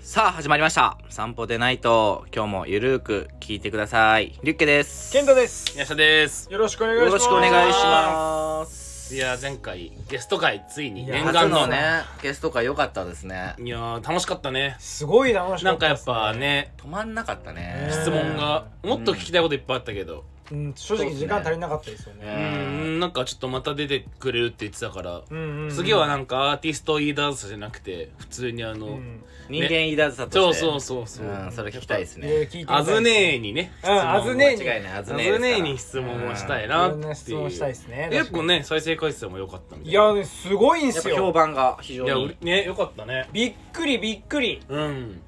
さあ始まりました散歩でないと今日もゆるーく聞いてくださいリュッケです健太です。宮下ですよろしくお願いよします。ろしくお願いしますいやー前回ゲスト会ついにいや念初願ののねゲスト会良かったですねいやー楽しかったねす。すごい楽しなかんっかたやでっすね止ぱねまんなかったねね質問がもっと聞きたいこといっぱいあったけどうん、正直時間足りなかったですよううんね。んなんかちょっとまた出てくれるって言ってたからうんうんうん次はなんかアーティストイーダーズじゃなくて普通にあうのん人間いらずさそとうしてそうそうそううんそれ聞きたいですいろいろね聞いてみたあいずねえにねう質ん問をあずねえに間違いないあずあねずねええでにす質問をしたいいなろっんなて質いう問したいですね。結構ね再生回数も良かったみたいいないやね、すごいんすからやっぱ評よ。判が非常いやうにれね良かったねびっくりびっくり。うんうん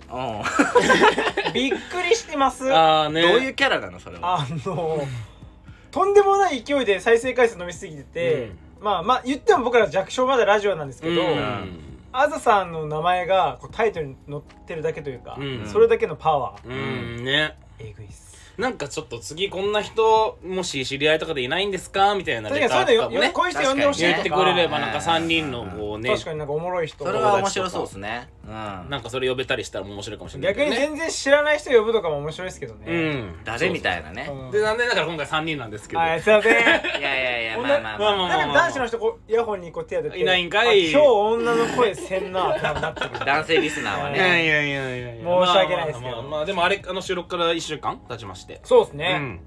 びっくりしてます。あ ああねどういうキャラなのそれはの、とんでもない勢いで再生回数伸びすぎてて、まあまあ言っても僕ら弱小まだラジオなんですけど、うんあずさんの名前がこうタイトルに載ってるだけというか、うんそれだけのパワー、うんねえぐいっす。なんかちょっと次こんな人もし知り合いとかでいないんですかみたいな確レかにそタうーいうとかのもよ、ねこういう人呼んでほしい言ってとくれかればなんか3人のこうね確かになんかおもろい人それは面白そうですねうんなんかそれ呼べたりしたら面白いかもしれない逆けどにね全然知らない人呼ぶとかも面白いですけどね、うん誰みいたいなねうんで残念ながら今回3人なんですけどはいすいませんいやいやいやほんまであまあまあ まあまあなんか男子の人こうイヤホンにこう手当てていないんかいあ今日女の声せんなってなって る男性リスナーはねいやいやいやい申し訳ないですけどまあまあまあまあでもあれあの収録から1週間経ちましてそうですうね、ん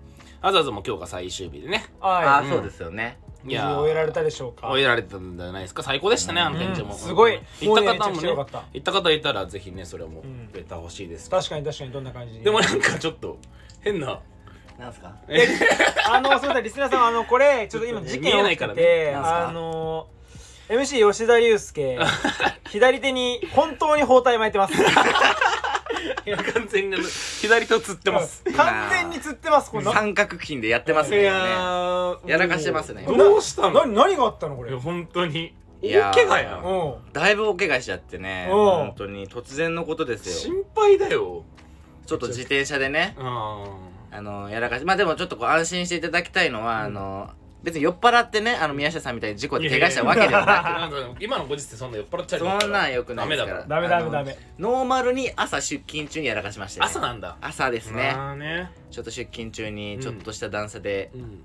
あざあざも今日が最終日でねあはーそうですよねいいやー無事終えられたでしょうか終えられたんじゃないですか最高でしたねあの展示もうんすごい行っもうた方ねめちゃくもちゃね良かった行った方いたらぜひねそれもうん出たほしいですけど確かに確かにどんな感じでもなんかちょっと変ななんすかあのそうだリスナーさんあのこれちょっと今事件起きて見えて、ないからねなんすかあの MC 吉田祐 介左手に本当に包帯巻いてます完全にあの左とつってます。完全に釣ってますこれな三角筋でやってますね今ねやらかしてますねどうしたなの？何があったのこいれうやん本当にい大やー怪我やん。だいぶお怪我しちゃってねうん本当に突然のことですよ心配だよ。ちょっと自転車でねああのやらかしまあでもちょっとこう安心していただきたいのはあの別に酔っ払ってねあの宮下さんみたいに事故で怪我したわけではなあ。なんか今のご時世そんな酔っ払っちゃくうそんなんよくないですかダメらだかダメダメダメあのノーマルに朝出勤中にやらかしましたら。ね朝なんだ。朝ですねあーね。ちょっと出勤中にちょっとした段差でうん。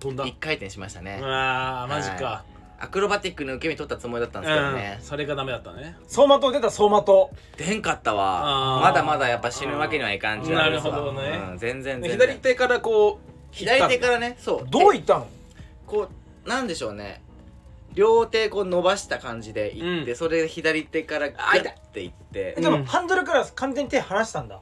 飛んだ。一回転しましたねうわーマジか。アクロバティックの受け身取ったつもりだったんですけどねうん。それがダメだったね。走馬灯出た走馬灯出んかったわあーまだまだやっぱ死ぬわけにはいかんじゃんなるほどねうん全然全然左手からこう左手かららねそうどういいったのこうなんでしょうね両手こう伸ばした感じでいって、うんそれで左手からグあッ痛いていってえでも、うんハンドルから完全に手離したんだ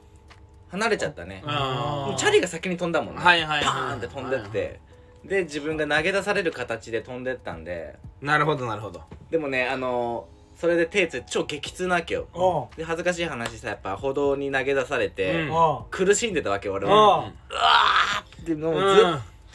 離れちゃったねあーチャリが先に飛んだもんね、はいはいはいパーンって飛んでって、で自分が投げ出される形で飛んでったんでなるほどなるほど。でもねあのーそれで手つい超激痛なわけようんで恥ずかしい話さやっぱ歩道に投げ出されて、うんあ苦しんでたわけよ俺あはうーわーってもうず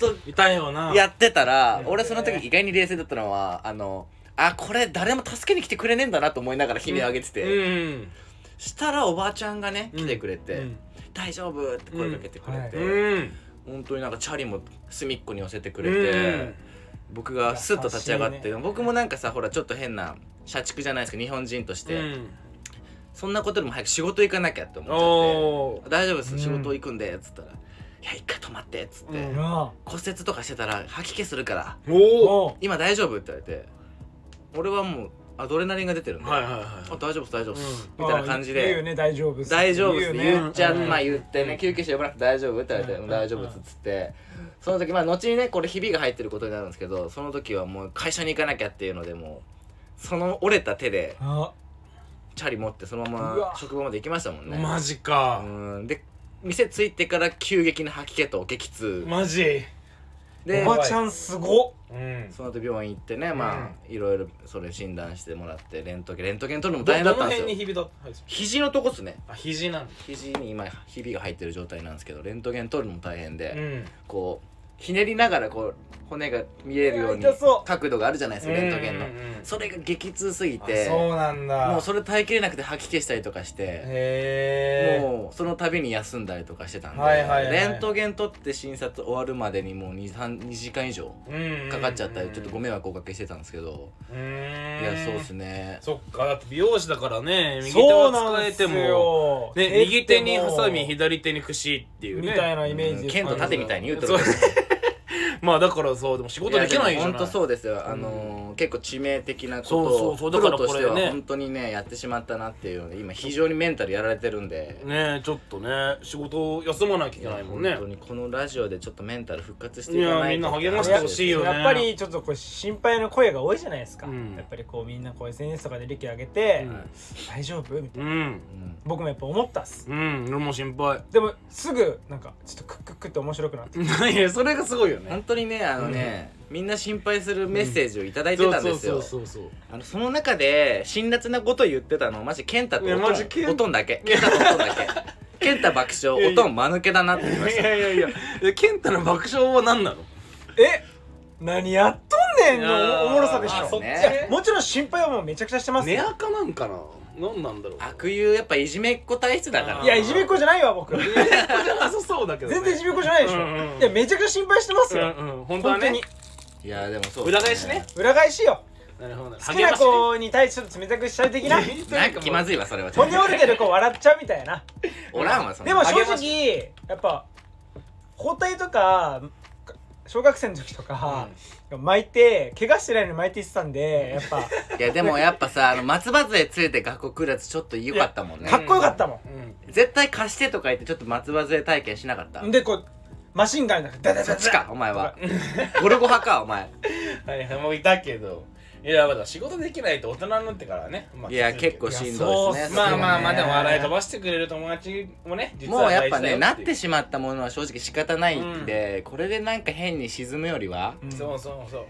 っうんと痛いよな。やってたら、俺その時意外に冷静だったのは、あの、あ、これ誰も助けに来てくれねえんだなと思いながら悲鳴を上げてて、うん。したらおばあちゃんがね、うん来てくれうて、ん。大丈夫って声かけてくれて、ううん。本当になんかチャリも隅っこに寄せてくくれて、僕がスッと立ち上がって、優僕もなんかさ、ほらちょっと変な、社畜じゃないですか、日本人として、そんなことでも早く仕事行かなきゃって思っちおゃって、大丈夫です、うん仕事行くんで、つったら、いや、一回止まって、つって、ううんん骨折とかしてたら吐き気するから、おおうん今大丈夫って言われて俺はもうアドレナリンが出てるんで、はあいはいは大丈夫です大丈夫です、うんみたいな感じあ言うで、よね大丈夫っす大丈夫っすっ言うてよ言っちゃう、うんまあ言ってね救急車呼ばなくて大丈夫って言われて、うん大丈夫ですっつってその時まあ後にねこれひびが入ってることになるんですけどその時はもう会社に行かなきゃっていうのでもうその折れた手であチャリ持ってそのうままわ職場まで行きましたもんい。ねマジか。うんで店着いてから急激な吐き気と激痛、マジ。でおばちゃんすごっうん。その後病院行ってねまあいろいろそれ診断してもらってレントゲンレントゲン取るのも大変だったんですよひびだったんですよ。肘のとこっすねあ、肘なんだ。肘に今ひびが入ってる状態なんですけどレントゲン取るのも大変で、ん。こうひねりながらこう骨が見えるようにうわ痛そう角度があるじゃないですかレントゲンのうんうんうんそれが激痛すぎあてそうなんだもうそれ耐えきれなくて吐き気したりとかしてへえもうその度に休んだりとかしてたんで、はいはいはいレントゲン取って診察終わるまでにもう 2, 3 2時間以上かかっちゃったりちょっとご迷惑おかけしてたんですけど、いやそうっすねねそっかだって美容師だからね右手そうはなん使でえすてもよ手ねってもう右手にハサミ左手に櫛っていうみたいねなイメージうでんす剣と盾みたいに言うとそるうまあだからそうでも仕事できないじゃ本な当いそうですよ、あのー結構致命的なことそうそをうそうプだかロらとしてこはれね本当にねやってしまったなっていうので今非常にメンタルやられてるんで、ねえちょっとね仕事を休まなきゃいいけやないもん本ね当にこのラジオでちょっとメンタル復活していかないいやみんな励ましてほしいよねやっぱりちょっとこう心配の声が多いじゃないですか、うんやっぱりこうみんなこう SNS とかで利益上げて、うん大丈夫みたいなうんうん僕もやっぱ思ったっすうん俺も心配 でもすぐなんかちょっとクックックって面白くなっていやそれがすごいよね本当にねあのね、みんな心配するメッセージをいただいてたんですよ、そうそうそうそうあのその中で辛辣なこと言ってたのマジ健太といやおマとジん健おとんだけ健太とおとんだけ健太爆いや笑おいやとん間抜けだなって言いまいしたやいやいやえ健太の爆笑は何なのえ何やっとんねんのおもろさでしあーそょういねやもちろん心配はもうめちゃくちゃしてます寝よ垢なんかな何なんだろう悪友やっぱいじめっ子体質だからあーいやいじめっ子じゃないわ僕いじめっ子じゃなさそうだけど、ね、全然いじめっ子じゃないでしょ、うんうんうんいやめちゃくちゃ心配してますよ、うんうん本当は本当ねにいやでもそう裏返しね裏返しよなるほどなるほ好どきな子に対してちょっと冷たくしちゃう的ななんか気まずいわそれはほんで折れてる子笑っちゃうみたいなおらんわそんなでも正励ま直やっぱ包帯とか小学生の時とか、巻いて怪我してないのに巻いていってたんでやっぱいやでもやっぱさあの松葉杖ついて学校来るやつちょっと良かった もんねかっこよかったもうん絶対貸してとか言ってちょっと松葉杖体験しなかったんでこうマシンガンなんかダダダそダっちかお前はとゴルゴ派かお前はいはいもういたけどいやまだ仕事できないと大人になってからね、まあいやきつけ結ど構しんどいですねまあそれはねまあまあでも笑い飛ばしてくれる友達もね 実もはうやっ大事ぱだよねなっていうしまったものは正直仕方ないんで、これでなんか変に沈むよりは、うんそうそうそう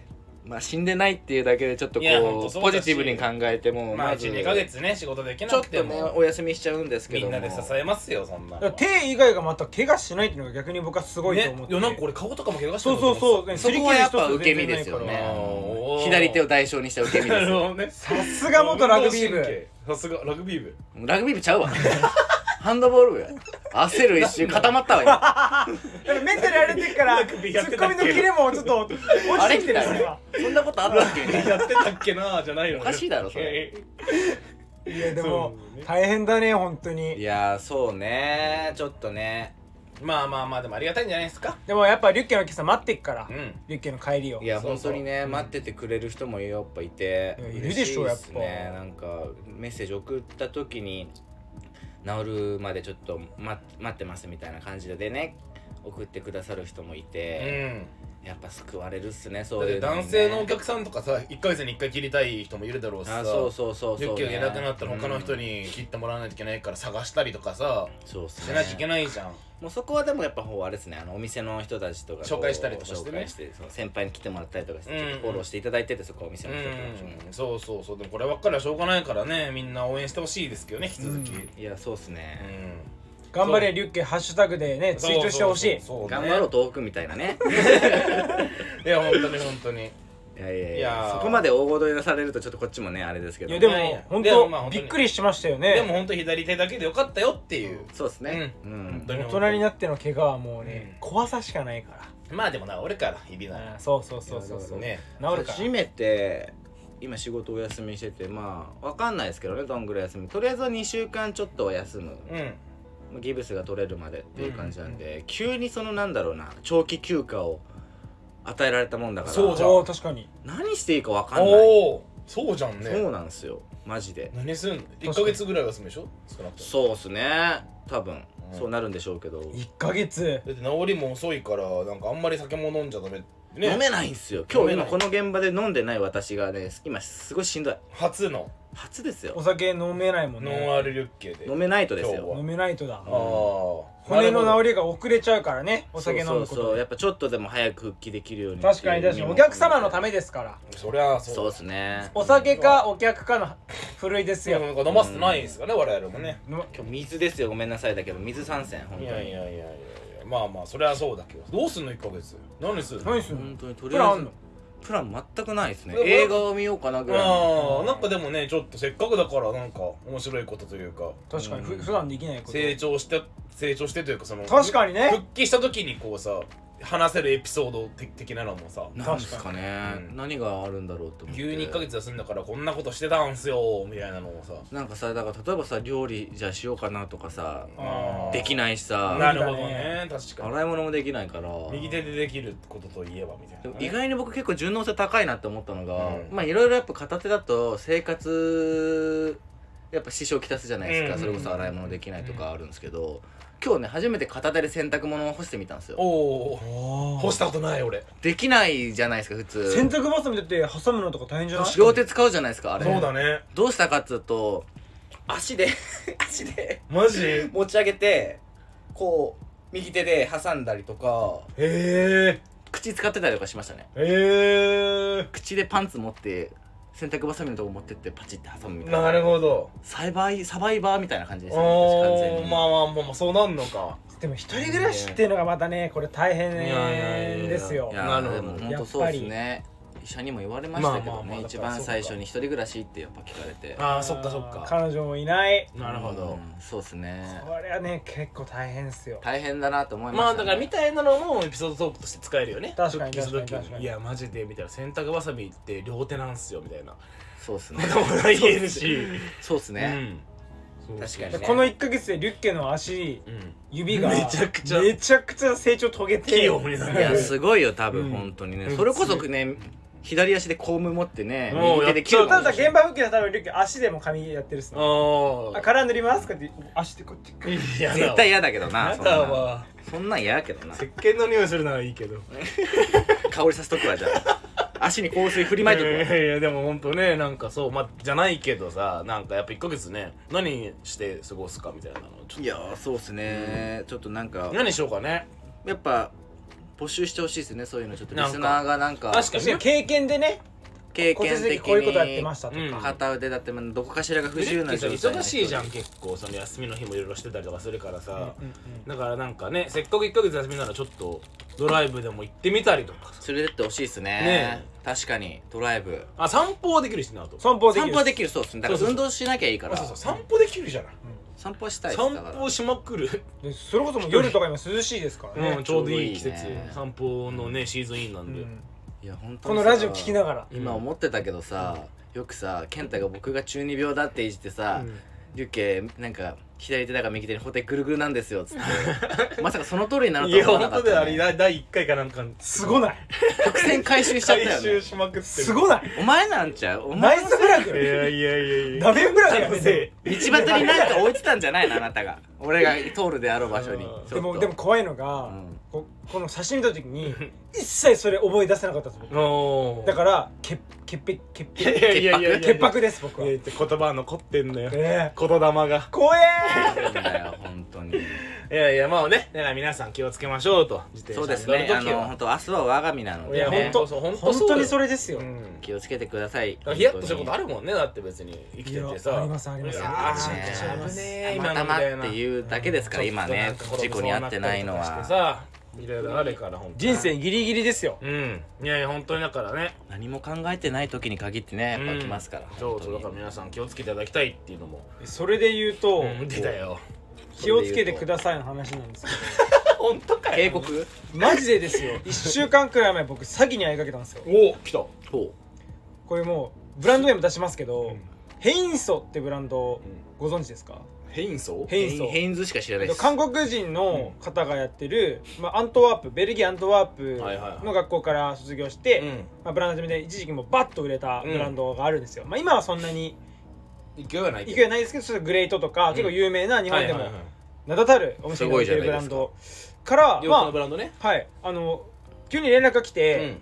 まあ死んでないっていうだけでちょっとこいやほんとうそうだポしジティブに考えてもまあまず12ヶ月ね仕事できちょなっくてとねもお休みしちゃうんですけみどんもなで支えますよそんなだから手以外がまた怪我しないっていうのが逆に僕はすごいと思って、ねいやなん か俺顔とかも怪我してそるうそうそうそこはやっぱ受け身ですよねおー左手を代償にした受け身なでするほよどねさすが元ラグビー運動神部 経さすがラグビー部ラグビー部ちゃうわ ハンドボール部や焦る一瞬固まったわ今だからメンタルやれてるからツラグビーやってッたコっけミのキレもちょっと落あれちてみきてたるそいれなはそんなことあったっけみたいなやってたっけなじゃないのよおかしいだろそれいやでもそうね大変だね本当にいやーそうねちょっとねまあまあまあでもありがたいんじゃないですかでもやっぱリュッケのお客さん待ってっから、うんリュッケの帰りをいやそう本そう当にね待っててくれる人もやっぱいていやいる嬉しっすでしょやねっぱなんかメッセージ送った時に治るまでちょっと待待ってますみたいな感じでね送ってくださる人もいうて、んやっぱ救われるっすねそだうっいてうのにね男性のお客さんとかさ1ヶ月に1回切りたい人もいるだろうしさあそうそうそう10そう、キロいなくなったら他の人うんに切ってもらわないといけないから探したりとかさそうっすしねなきゃいけないじゃんもうそこはでもやっぱほうあれですねあのお店の人たちとかこう紹介したりとかしてね紹介してその先輩に来てもらったりとかして、うんちょっとフォローしていただいててそこはお店の人とかもうんそうそうそうでもこればっかりはしょうがないからねみんな応援してほしいですけどね引き続きうんいやそうっすね、頑張れリュッケハッシュタグでねツイートしてほしい頑頑張ろう東北みたいな ねいや本当に本当にいやいやいいややーそこまで大ごとに出されるとちょっとこっちもねあれですけいどやでもいやいや本でもまあ当本当びっにくりしましたよねでも本当左手だけでよかったよっていうそうですねうん、当に大人になっての怪我はもうね、うん怖さしかないかまあでもな俺から日々ら、ならそうそうそうそうそう、ね治るか初めて今仕事お休みしててまあわかんないですけどねどんぐらい休みとりあえずは2週間ちょっとは休む、うんギブスが取れるまでっていう感じなんで、急にそのなんだろうな長期休暇を与えられたもんだからそうじゃんおー確かに何していいかわかんない、おおそうじゃんそうねなんですよマジで何すんのに1ヶ月ぐらいは休むでしょ少なくともそうっすね多分、うんそうなるんでしょうけど、 1ヶ月だって治りも遅いからなんかあんまり酒も飲んじゃダメってね飲めないんすよ今日飲めな今いこの現場で飲んでない私がね今すごいしんどい初の初ですおよ酒飲めないもんノねンアルリュッケで飲めないとです今日よは飲めないとだああ骨の治りりが遅れちゃうからねお酒飲むことでそうそうそうやっぱちょっとでも早く復帰できるように確かに確かにお客様のためですからそりゃそそううっすねお酒かお客かのふるいですいやよ、なんか飲ませてないですからね我々もねの今日水ですよごめんなさいだけど水参戦本い当やいにやいやいやいやまあまあそれはそうだけどどうすんの1ヶ月何するの何すんの本当にとプりランああえんずのプラン全くないですねでも映画を見ようかなぐらいのああなんかでもねちょっとせっかくだからなんか面白いことというか確かにふうん普段できないこと成長して成長してというかその確かにね復帰した時にこうさ話せるエピソード的的なのもさなんですかね確かにうん何があるんだろうって思って急に1ヶ月休んだからこんなことしてたんすよみたいなのもさなんかさだから例えばさ料理じゃあしようかなとかさあーできいないしなさるほどね確かに洗い物もできないから右手でできることといえばみたいでもなね意外に僕結構順応性高いなって思ったのが、うんまあいろいろやっぱ片手だと生活やっぱ支障きたすじゃないですか、うんそれこそ洗い物できないとかあるんですけど、今日ね初めて片手で洗濯物を干してみたんですよおお干干したことない俺できないじゃないですか普通洗濯バサミだって挟むのとか大変じゃない両手使うじゃないですかあれそうだねどうしたかっつうと足で 足でマジへ持ち上げてこう右手で挟んだりとかえ口使ってたりとかしましたねへ口でパンツ持って洗濯バサミのとこ持ってってパチって挟むみえたいななるほどサバイサバイバーみたいな感じですね私完お全おにまあまあまあまあそうなんのかでも一人暮らしっていうのがまたねこれ大変ですよいやななるるほどほど本当そうですね医者にも言われましたけまあどまあまあねだ一から番最初に一人暮らしってやっぱ聞かれてああそっかそっあーか彼女もいないなるほどうんそうですねこれはね結構大変っすよ大変だなと思いまましあただからみねたいなのもエピソードトークとして使えるよね確かに復帰する確時かに確かにいやマジでみたいな洗濯ばさみって両手なんすよみたい なそうですね子供が言えるしそうですねうん確かにでねこの1ヶ月でリュッケの足うん指がめちゃくちゃめちゃくちゃ成長遂げて器用になるいやすごいよ多分うん本当にうねんそれこそね左足でコーム持ってねもう右手で切るたかもだしれ現ない場復帰のためにリュッケ足でも髪やってるっすねああカラー塗りますかって足でこうやってあやだ絶対嫌だけどなやそんなだんわそんなん嫌やけどな石鹸の匂いするならいいけど香りさせとくわじゃあ 足に香水振りまいとくわいやいやでもほんとねなんかそうまあじゃないけどさなんかやっぱ1ヶ月ね何して過ごすかみたいなのちょっいやーそうっすね、ちょっとなんかと何しようかねやっぱ募集してほしいですねそういうのちょっとなんリかスナーがなんか確かにね経験でね経こ験的こういうことやってまにしたとうんか片腕だってまあどこかしらが不自由な状態の人忙しいじゃん結構その休みの日もいろいろしてたりとかするからさ、うんうんだからなんかねせっかく1ヶ月休みならちょっとドライブでも行ってみたりとかさ連れてってほしいっすねね確かにドライブあ散歩はできるしなあと散歩でき散る歩はできるそうっすねだからそうそう運動しなきゃいいからあそうそう散歩できるじゃない散歩したいっす散だから歩しまくる、でそれこそもう夜とか今涼しいですからねうん、ちょうどいい季ち節ょうどいいね散歩のねシーズンインなんで、うんいや本当こにのラジオ聞きながら今思ってたけどさよくさ健太が僕が中二病だっていじってさ、うんリュッケなんか左手だから右手にほてぐるぐるなんですよっつって まさかその通りになるいとやは思わな本か当っだよた、あれね、だ第1回かなんかすごない伏線回収しちゃっ回たよ収ねしまくってるすごないお前なんちゃうおナ前イスフラいグやいやいやいやダメフラグやねせ道端になんか置いてたんじゃないのあなたが俺が通るであろう場所にうんちょっでともでも怖いのうがんここの写真見た時に一切それ覚え出せなかったです僕おーだから潔潔潔いやいやいやいや潔白です僕いはやね言葉残ってんのよ言霊えが怖えそうだよ本当にいやいやまあねだから皆さん気をつけましょうと自そう転で車すに乗るねあ時のは本当明日は我が身なのいでやね本当そう本当本そうだよ当にそれですようん気をつけてくださいだからヒヤッとしたことあるもんねだって別に生きてていやさありますありますいやーありめまちすゃくちゃ危ねえたま今たのみまたいっなていうだけですから今ねちょっと事故に遭ってないのなんかは転倒とかしてさいろいろあるから本当に人生ギリギリですようんいやいや本当にだからね何も考えてない時に限ってねやっぱ来ますからちょうどだ本か当らに皆さん気をつけていただきたいっていうのもそれで言うと出たよ気をつけてくださいの話なんですけ本当か警告どマジでですよ1週間くらい前僕詐欺に遭いかけたんですよおお来たほこれもうブランド名も出しますけどヘインソってブランドご存知ですかヘインソうヘインソヘインズしか知らないです韓国人の方がやってる、まあ、アントワープベルギーアントワーはいはいはいプの学校から卒業して、まあ、ブランド始めで一時期もうバッと売れたブランドがあるんですよ、まあ、今はそんなにうん勢いはない勢いはないですけどちょっとグレートとか、うん結構有名な日本ではもいはいはい名だたるお店が売ってるブランドから洋服のまブランドねあはいあの急に連絡が来て、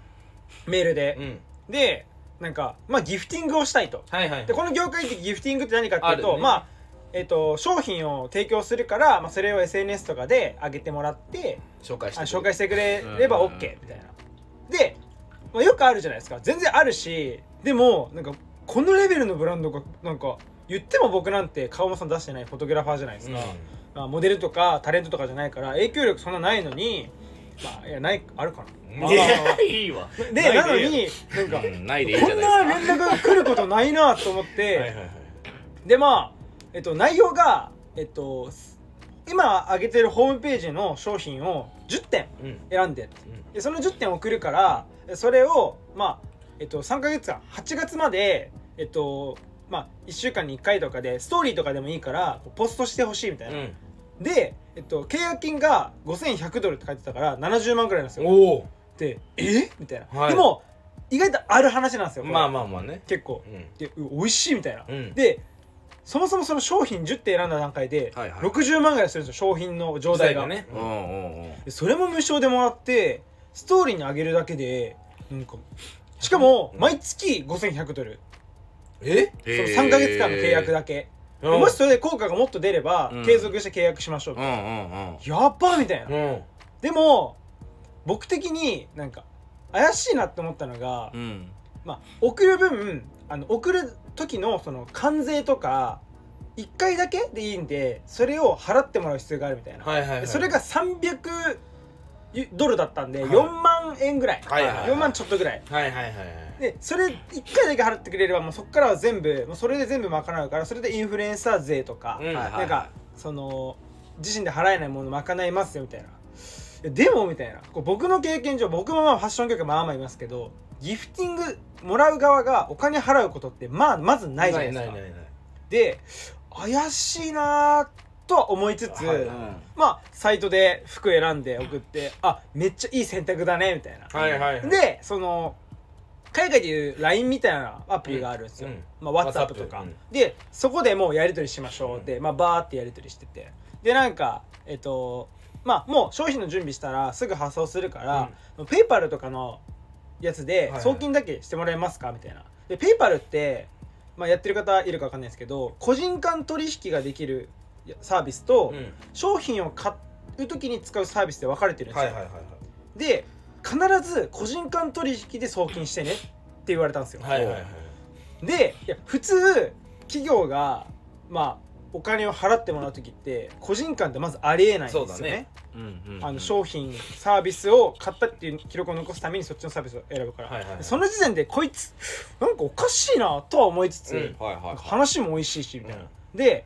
メールでう、んでなんかまあギフティングをしたいとはいはいでこの業界ってギフティングって何かっていうあと、るねまあえっと商品を提供するから、まあ、それを SNS とかで上げてもらって紹介しあて紹介してくれればうん OK みたいな。で、まあ、よくあるじゃないですか全然あるしでもなんかこのレベルのブランドがなんか言っても僕なんて川本さん出してないフォトグラファーじゃないですうんか、まあ、モデルとかタレントとかじゃないから影響力そんなないのにまあいやないあるかな、いやいいわ でいでなのになんかうんないでいいじこゃんなない 連絡が来ることないなと思っはていはいはいでまあ、えっと、内容が、えっと、す今上げてるホームページの商品を10点うんうん選んででその10点送るからえそれを、まあえっと、3か月間8月まで、えっとまあ、1週間に1回とかでストーリーとかでもいいからポストしてほしいみたいな、うんで、えっと、契約金が5100ドルって書いてたから70万ぐらいなんですよおおでえみたいな、はいでも意外とある話なんですよこれまあまあまあね結構うんでう美味しいみたいな、うんでそもそもその商品10点選んだ段階ではいはい60万ぐらいするんですよ商品の状態が、うんうんうんでそれも無償でもらってストーリーに上げるだけでなんかしかもうん毎月5100ドル、えその3か月間の契約だだけ、でもしそれで効果がもっと出れば、うん継続して契約しましょう、うんうんうんやっばみたいな、うんでも僕的になんか怪しいなって思ったのが、うんまあ、送る分あの送る時のその関税とか1回だけでいいんでそれを払ってもらう必要があるみたいな、はいはいはいそれが300ドルだったんで、はい4万円ぐらい、はいはいはい4万ちょっとぐらいはいはいはいはいでそれ1回だけ払ってくれればもうそこからは全部もうそれで全部賄うからそれでインフルエンサー税とか、うんはいなんかその自身で払えないもの賄いますよみたいないやでもみたいなこう僕の経験上僕もまあファッション業界まあまあいますけどギフティングもらう側がお金払うことってまあまずないじゃないですかないないないで怪しいなーとは思いつつ、はいうはいんまあサイトで服選んで送ってあめっちゃいい選択だねみたいな、はいはいはいでその海外でいう LINE みたいなアプリがあるんですよ、うんまあ、WhatsApp とか、 WhatsApp うんでそこでもうやり取りしましょうって、まあ、バーってやり取りしててでなんかえっとまあもう商品の準備したらすぐ発送するから、ペイパルとかのやついではい送金だけしてもらえますかみたいなでペイパルって、まあ、やってる方いるかわかんないですけど個人間取引ができるサービスと、うん商品を買う時に使うサービスで分かれてるんですはいよ、はいはいはいで必ず個人間取引で送金してねって言われたんですよ、はいはいはいでいや普通企業がまあお金を払ってもらう時って個人間ってまずありえないんですよねそうだねうんうんうんあの商品サービスを買ったっていう記録を残すためにそっちのサービスを選ぶから、はいはいはいその時点でこいつなんかおかしいなとは思いつつ、うんはいはないんかは話も美味しいしみたいな、で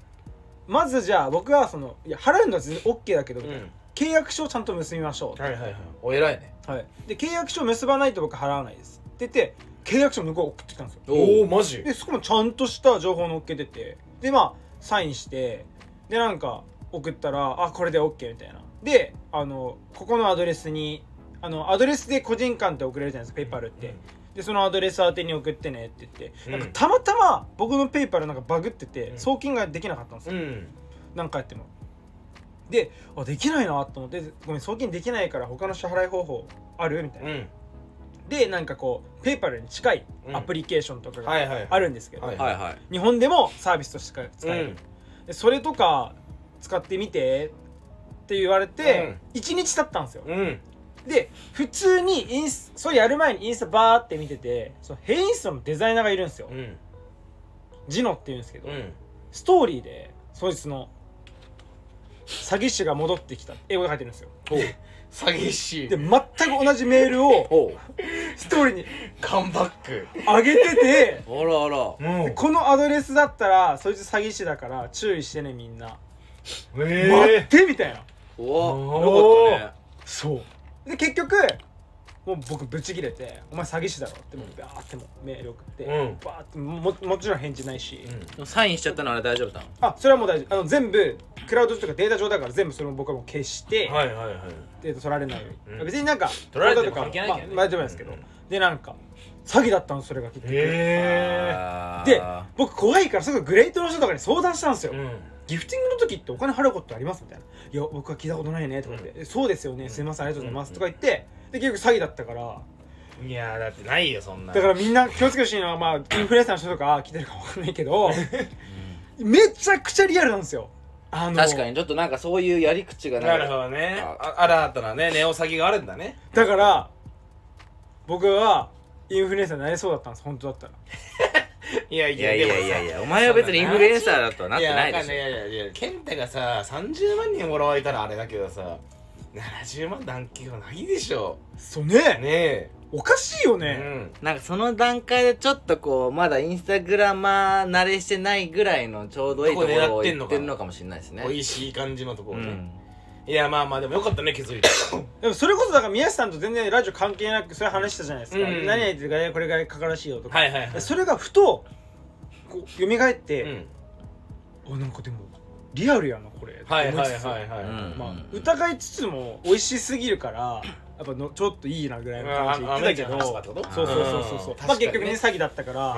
まずじゃあ僕はそのいや払うのは全然 OK だけど、うんうん契約書をちゃんと結びましょう、はいはいはいお偉いねはいで契約書を結ばないと僕払わないですって言って契約書向こう送ってきたんですよおおマジでそこもちゃんとした情報乗っけててでまあサインしてでなんか送ったらあこれで OK みたいなであのここのアドレスにあのアドレスで個人間って送れるじゃないですかペイパルって、でそのアドレス宛てに送ってねって言って、うんなんかたまたま僕のペイパルなんかバグってて、うん送金ができなかったんですよ、うんなんかやってもであできないなと思ってごめん送金できないから他の支払い方法あるみたいな、うんでなんかこうペイパルに近いアプリケーションとかがいはいあるんですけど、はいはいはい日本でもサービスとして使え使うえるん、でそれとか使ってみてって言われて、1日経ったんですよ、うんで普通にインスそれやる前にインスタバーって見ててそのヘインスタのデザイナーがいるんですよ、うんジノっていうんですけど、うんストーリーでそいつの詐欺師が戻ってきた英語で書いてるんですよ詐欺師で全く同じメールをおうストーリーにカンバック上げててあらあらもでこのアドレスだったらそいつ詐欺師だから注意してねみんな、う待えってみたいなおおおーよかったねそうで結局もう僕ブチ切れて「お前詐欺師だろ」ってもうバーってもうメール送って、うんバーってももちろん返事ないし、でもサインしちゃったのあれ大丈夫だあそれはもう大丈夫あの全部クラウドとかデータ上だから全部それも僕はもう消して、はいはいはいデータ取られないように、うん別になんか取られてもとか関係ないけどねまあ、大丈夫なんですけど、うんでなんか詐欺だったのそれが結局、えあでー僕怖いからすぐグレートの人とかに相談したんですよ、うんギフティングの時ってお金払うことってありますみたいな「いや僕は聞いたことないね」とか言って「えそうですよねすいませんありがとうございます」うんとか言ってで結局詐欺だったからいやーだってないよそんなだからみんな気をつけてほしいのは、まあ、インフルエンサーの人とか来てるかわかんないけどめちゃくちゃリアルなんですよあの確かにちょっとなんかそういうやり口がななるんほかどねああ新たなねネオ詐欺があるんだねだから僕はインフルエンサーになれそうだったんです本当だったらいやいいややいやでもいやさいやお前は別にインフルエンサーだとはなってないでしいやわかんないいやいやいや健太がさ30万人もらわれたらあれだけどさ70万段級はないでしょそうねねおかしいよえね、ょなんかその段階でちょっとこうまだインスタグラマー慣れしてないぐらいのちょうどいいところを行ってるのかもしれないですうねん、美味しい感じのとこうろね、んいやまあまあでもよかったね気づいてでもそれこそだから宮下さんと全然ラジオ関係なくそれ話したじゃないですか、うん何やってるかねこれがかからしいよとか、はいはいはいそれがふとこう蘇っうて、んあなんかでもリアルやなこれってはい思はいいつつはいはい、うんまあうん、疑いつつも美味しすぎるからやっぱのちょっといいなぐらいの感じで言ってたけどあアメリカンハスカーってことそうそうそうそうそううんまあ結局ね確詐欺だったから、うん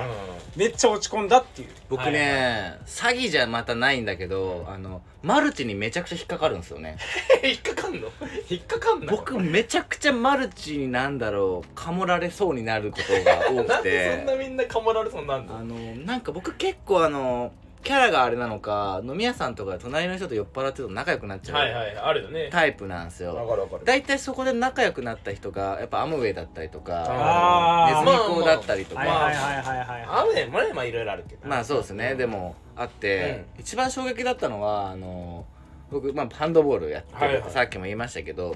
めっちゃ落ち込んだっていう僕ね、詐欺じゃまたないんだけどあのマルチにめちゃくちゃ引っかかるんですよね 引っかかんの引っかかんの僕めちゃくちゃマルチになんだろうかもられそうになることが多なくんで そんてなみんなかもられそうになんのあのなんか僕結構あのキャラがあれなのか飲み屋さんとかで隣の人と酔っ払ってると仲良くなっちゃう、はいはいあるよねタイプなんですよかるわかる大体そこで仲良くなった人がやっぱアムウェイだったりとかあネーズミ講だったりとか、はいまあはまあいはいはいはいあるねまあまあいろいろあるけどまあそうですね、うんでもあって、一番衝撃だったのはあの僕、まあ、ハンドボールやってる、はいはいさっきも言いましたけど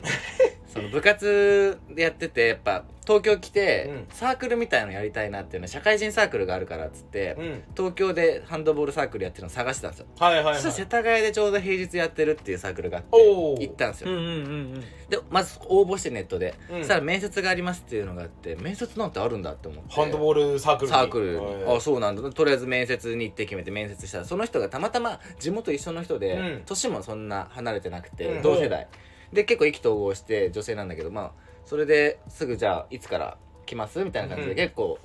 その部活でやっててやっぱ東京来て、うんサークルみたいのやりたいなっていうの社会人サークルがあるからっつって、うん東京でハンドボールサークルやってるの探してたんですよ、はいはいはいそしたら世田谷でちょうど平日やってるっていうサークルがあっておー行ったんですうんよ、うんうんでまず応募してネットで、うんそしたら面接がありますっていうのがあって面接なんてあるんだって思ってハンドボールサークルにサークルはいにあそうなんだとりあえず面接に行って決めて面接したらその人がたまたま地元一緒の人で、うん年もそんな離れてなくて、うん同世代で結構意気投合して女性なんだけどまあそれですぐじゃあいつから来ますみたいな感じで、うん結構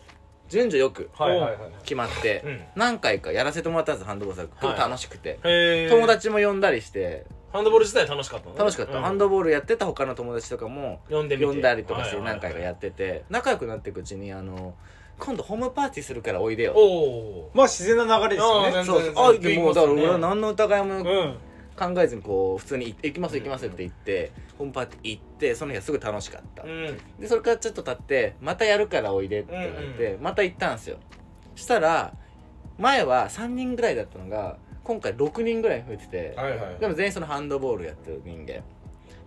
順序よくはいはいはい決まって、うん何回かやらせてもらったんですハンドボールサークル、はい結構楽しくて。へー友達も呼んだりしてハンドボール自体楽しかったのね楽しかった、うんハンドボールやってた他の友達とかも呼んでみて呼んだりとかしてはいはい何回かやってて仲良くなっていくうちにあの今度ホームパーティーするからおいでよおおまあ自然な流れですよあねーそう全然あ全で然もうだから俺は行きますね何の疑いうんも考えずにこう普通に行きます行きますって言ってホームパーティー行ってその日はすごい楽しかったうんでそれからちょっと経ってまたやるからおいでって言われうんてまた行ったんですよしたら前は3人ぐらいだったのが今回6人ぐらいに増えててはいはいでも全員そのハンドボールやってる人間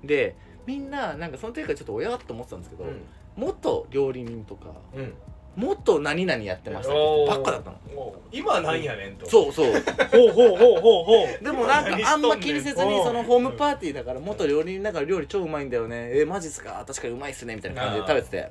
でみんななんかその時からちょっと親と思ってたんですけどうん元料理人とかうん元何々やってましたっておーばっかだったのおー今なんやねんとそう そうほうほうほうほうほうでもなんかあんま気にせずにうんそのホームパーティーだから元料理人だから料理超うまいんだよねえーマジっすか確かにうまいっすねみたいな感じで食べてて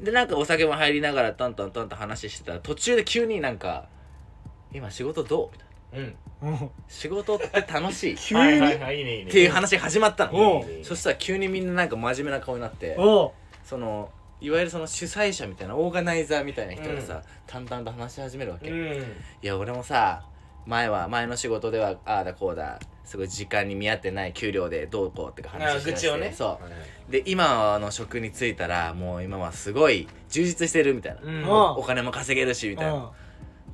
でなんかお酒も入りながらタンタンタンタン話してたら途中で急になんか「今仕事どう?」みたいなうんうん「仕事って楽しい」っ急に、はいはいはいいいねいいねていう話始まったのうんそしたら急にみんななんか真面目な顔になっておうそのいわゆるその主催者みたいなオーガナイザーみたいな人がさ淡々と話し始めるわけうんいや俺もさ前は前の仕事ではああだこうだすごい時間に見合ってない給料でどうこうとかあ話しーて愚痴をねそはいうで今の職に就いたらもう今はすごい充実してるみたいな、うんうんお金も稼げるしみたいな、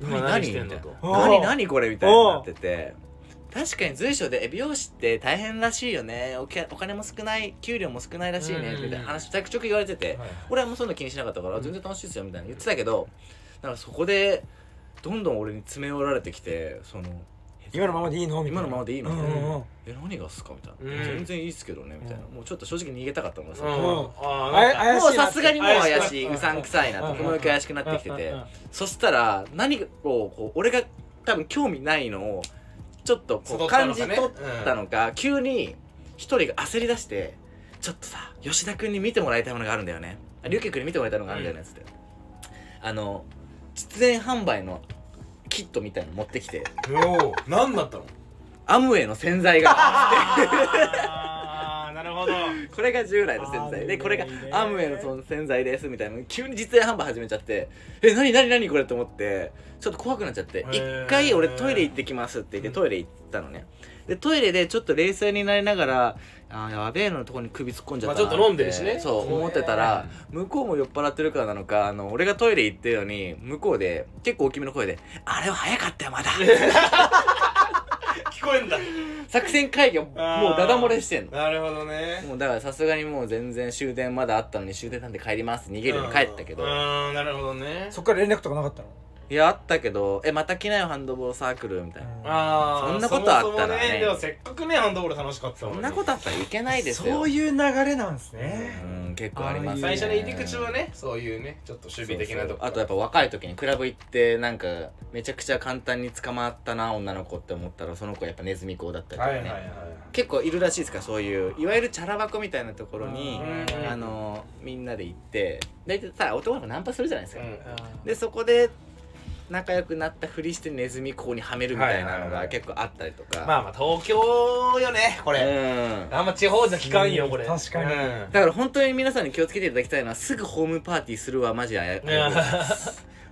今何してんのと何何うん何これみたいになってて確かに随所でえ美容師って大変らしいよねおけお金も少ない給料も少ないらしいねみたいな話ちょくちょく言われてて、俺はもうそんな気にしなかったから、うん全然楽しいですよみたいな言ってたけどなんかそこでどんどん俺に詰め寄られてきてその今のままでいいのみたいな今のままでいいのうんうんうん「え何がっすか?」みたいな、うん全然いいっすけどね」みたいな、うもうちょっと正直逃げたかったのがさ、うんもうんああーれなんか怪しいなうさすがにもう怪しいうんうさんくさいなうとんこの怪しくなってきて てそしたら何かをこう俺が多分興味ないのをちょっとこう感じ取ったのか急に一人が焦り出して「ちょっとさ吉田君に見てもらいたいものがあるんだよね」あ「龍く君に見てもらいたいものがあるんだよね」っつってあの実演販売のキットみたいの持ってきておー何だったのアムウェイの洗剤があーなるほどこれが従来の洗剤でこれがアムウェイのその洗剤ですみたいな急に実演販売始めちゃってえ何何何これと思ってちょっと怖くなっちゃってー一回俺トイレ行ってきますって言ってトイレ行ったのねでトイレでちょっと冷静になりながらあーやべえのとこに首突っ込んじゃったなまあちょっと飲んでるしねそう思ってたら向こうも酔っ払ってるからなのかあの俺がトイレ行ってるのに向こうで結構大きめの声で「あれは早かったよまだ」 聞こえんだ作戦会議をもうダダ漏れしてんのなるほどねもうだからさすがにもう全然終電まだあったのに終電なんで帰ります逃げるように帰ったけど、うんうんなるほどねそっから連絡とかなかったのいやあったけど「えまた来なよハンドボールサークル」みたいな、あーそんなことあったらねそもそもでもせっかくねハンドボール楽しかったのそにんなことあったらいけないですよそうう、いう流れなんですね、ん、結構ありますね最初の入り口はねそういうねちょっと守備的なとそうこそうあとやっぱ若い時にクラブ行ってなんかめちゃくちゃ簡単に捕まったな女の子って思ったらその子やっぱネズミ子だったりとはかいね、はいはい結構いるらしいですからそういういわゆるチャラ箱みたいなところにうんあのみんなで行って大体さ男の子ナンパするじゃないですか、うんでそこで仲良くなったふりしてネズミ子にはめるみたいなのはいはいはがい結構あったりとか、まあまあ東京よねこれうんあんま地方じゃ聞かんよこれ確かにうんだから本当に皆さんに気をつけていただきたいのはすぐホームパーティーするはマジであやね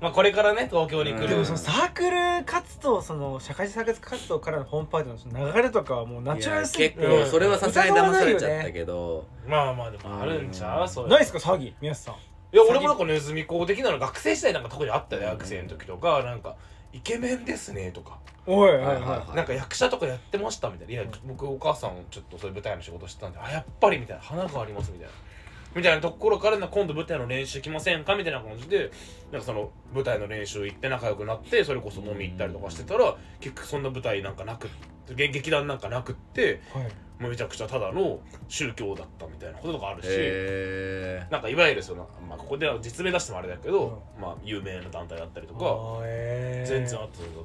まあこれからね東京に来るでうんもそのサークル活動その社会人サークル活動からのホームパーティーのその流れとかはもうナいチュラやルすぎ結て構それはさすがに騙されちゃったどけど、まあまあでもあるんちゃううんそういうないですか詐欺宮下さんいや俺もなんかネズミ講的なの学生時代なんか特にあったよ学生の時とかなんかイケメンですねとかおいはいははいいはいはいなんか役者とかやってましたみたいな「いや僕お母さんちょっとそういう舞台の仕事してたんであやっぱり」みたいな「花があります」みたいな。みたいなところから今度舞台の練習来ませんかみたいな感じでなんかその舞台の練習行って仲良くなってそれこそ飲み行ったりとかしてたら結局そんな舞台なんかなくってげ劇団なんかなくってはいもうめちゃくちゃただの宗教だったみたいなこととかあるし、へなんかいわゆるその、まあ、ここでは実名出してもあれだけど、まあ有名な団体だったりとかあーえー全然あったんだった。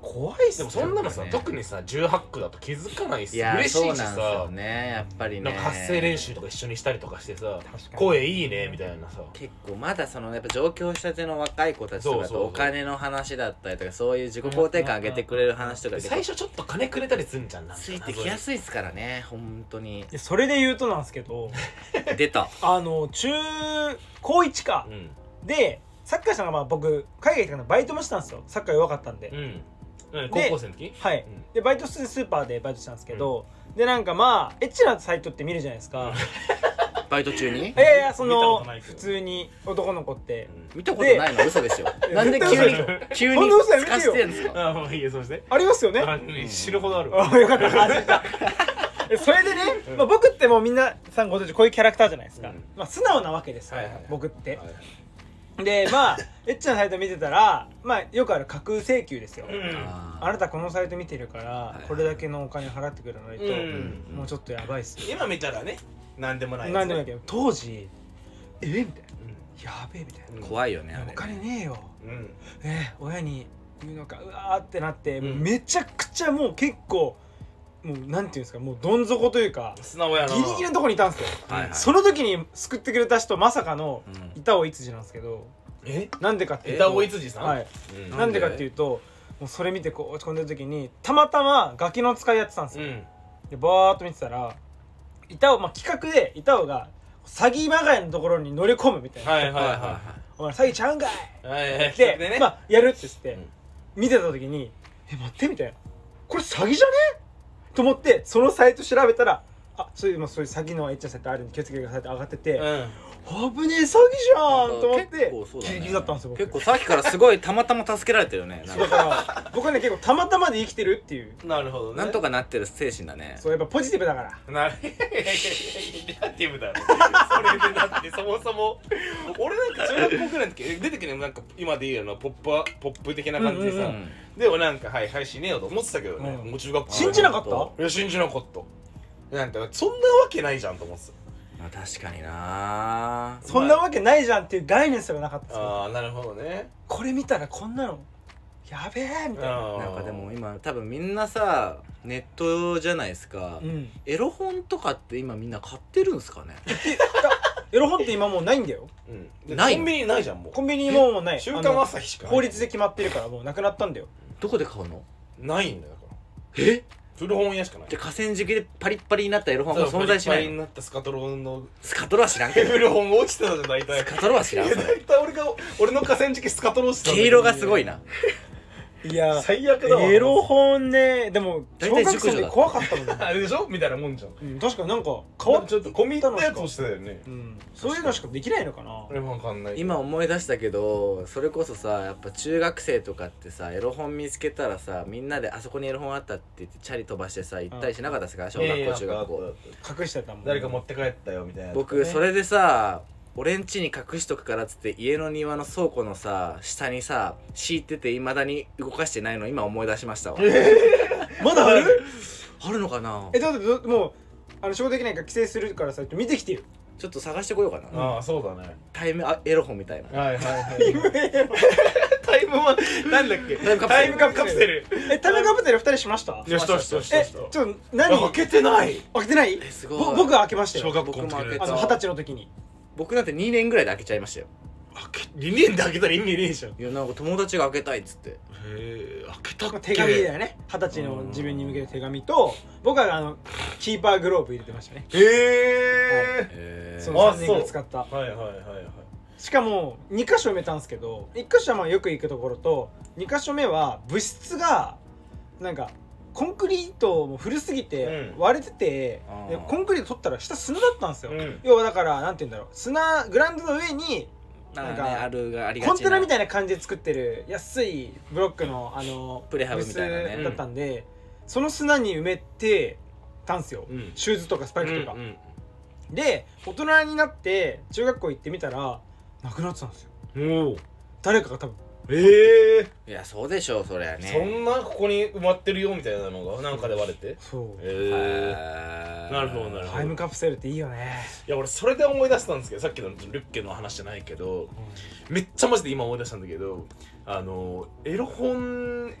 怖いっすでねもそんなのさ、ね特にさ18区だと気づかないーしいや嬉しそういしなんですよさ、ねやっぱりねなんか発声練習とか一緒にしたりとかしてさ確かに声いいねみたいなさ結構まだそのやっぱ上京したての若い子たちとそうかそうそとうお金の話だったりとかそういう自己肯定感上げてくれる話とかで結最構初ちょっと金くれたりすんじゃんなんかついてきやすいですからね本当にいやそれで言うとなんですけど出たあの中高1か謎にでサッカーしたのがまあ僕海外行ったからバイトもしたんですよサッカー弱かったんで、うんうん、うん、高校生の時はいでバイトするスーパーでバイトしたんですけど、でなんかまあエッチなサイトって見るじゃないですか、バイト中にいやいやそ見たこのとないけど普通に男の子って、見たことないの嘘ですよ でなんで絶対急に急に嘘でしょそんな嘘やめつてよかせてんですかあまあいいやそうですねありますよねあ知るほどあるわあよかったあ知ったえそれでね、まあ、僕ってもうみんなさんご存知こういうキャラクターじゃないですか、うんまあ、素直なわけですから、はいはいはい僕って、はいでまあエッチなサイト見てたらまあよくある架空請求ですよ、うんああなたこのサイト見てるから、いはいこれだけのお金払ってくれないと、うんもうちょっとやばいっすよ今見たらね何でもないなんでもないけど当時えみたいなやべえみたいーうん怖いよねあなれお金ねえようんうんえー親に言うのかうわーってなって、うんめちゃくちゃもう結構もうなんていうんですかもうどん底というか素直やなギリギリのとこにいたんですよはいはいその時に救ってくれた人まさかのうん板尾いつじなんですけどえなんでかっていうと枝尾いつじさんはいうんなんでかっていうともうそれ見てこう落ち込んでる時にたまたまガキの使いやってたんですうよ、んでバーっと見てたら板尾、まあ、企画で板尾が詐欺まがいのところに乗り込むみたいな、はいはいはいはいははお前詐欺ちゃうんかいい はいででねまあやるって言って、うん見てた時に「え待って」みたいな「これ詐欺じゃね?」と思ってそのサイト調べたらあそういうまあそういう詐欺のエッチなサイトあるんで気をつけてくださいって上がってて「うん危ねえ詐欺じゃん!」と思っ結て構そうだギねリギリだったんですよい僕結構さっきからすごいたまたま助けられてるよねなんそうだかから僕はね結構たまたまで生きてるっていうなるほどね。なんとかなってる精神だねそうやっぱポジティブだからなる。ネガティブだろ。それでだってそもそも俺なんか中学校ぐらいの時出てくるのなんか今で言うのポップはポップ的な感じでさ、うんうんでもなんかはいはい死ねよと思ってたけどね。うんもう中学校信じなかったあいや信じなかった。なんかそんなわけないじゃんと思ってまあ確かになそんなわけないじゃんっていう概念すらなかったんでた。すよああなるほどね。これ見たらこんなのやべえみたいななんかでも今多分みんなさネットじゃないですか、うんエロ本とかって今みんな買ってるんですかねエロ本って今もうないんだようんでないコンビニないじゃんもコンビニももうなう。い週あ刊の朝日しかない法律で決まってるからもうなくなったんだよどこで買うのないんだよだから。え古本屋しかないじ。ゃあ河川敷でパリッパリになったエロ本はもう存在しなパリパリいにのなったスカトロのスカトロは知らん けど古本落ちてたじゃん大体ス。カトロは知らんいそやれ大体俺が俺の河川敷スカトローしてたんだ毛けど色がすごいないや最悪だわエロ本ねでも大小体学生熟女でだ怖かったもんねあれでしょみたいなもんじゃんうん確かになんか変わっちょっと込み入ったやつををしてたよねうんそういうのしかできないのかな俺もわかんないけど今思い出したけどそれこそさやっぱ中学生とかってさエロ本見つけたらさみんなであそこにエロ本あったって言ってチャリ飛ばしてさ行ったりしなかったですか小学校中学校隠してたもん誰か持って帰ったよみたいな僕それでさ俺ん家に隠しとくからっつって家の庭の倉庫のさ下にさ敷いてていまだに動かしてないの今思い出しましたわまだある あるのかなえだってどもうあの仕事できないから帰省するからさ見てきて よちょっと探してこようかなああそうだねタイムあエロ本みたいなはいはい はいタイムはなんだっけタイムカプセルタイムカプセルえタメかぶってる2人しましたよしとしとしえとしちとょっと何開けてない開けてないえすぼごい僕は開けました小よ学校の時僕も開けあたの二十歳の時に僕なんて2年ぐらいで開けちゃいましたよ2年で開けたら意味ねえじゃんへいやなんか友達が開けたいっつってえ開けたっけ手紙だよね二十歳の自分に向ける手紙と僕はあのキーパーグローブ入れてましたねへえへそーのあ3年間使ったはいはいはいはいしかも2箇所埋めたんですけど1箇所はまあよく行くところと2箇所目は物質がなんかコンクリートも古すぎてうん割れてて、あーでコンクリート取ったら下砂だったんですよ、うん要はだからなんて言うんだろう砂グラウンドの上になんかなんねかあるがありがちコンテナみいたいな感じで作ってる安いブロックのあのプレハブみたいなね物質だったんで、その砂に埋めてたんですよ、うんシューズとかスパイクとか、うんで大人になって中学校行ってみたらなくなってたんですようんおお誰かが多分ええいやそうでしょうそりゃねそんなここに埋まってるよみたいなのがなんかで割れてそうへえへーなるほどなるほどタイムカプセルっていいよねいや俺それで思い出したんですけどさっきのルッケの話じゃないけどめっちゃマジで今思い出したんだけどあのエロ本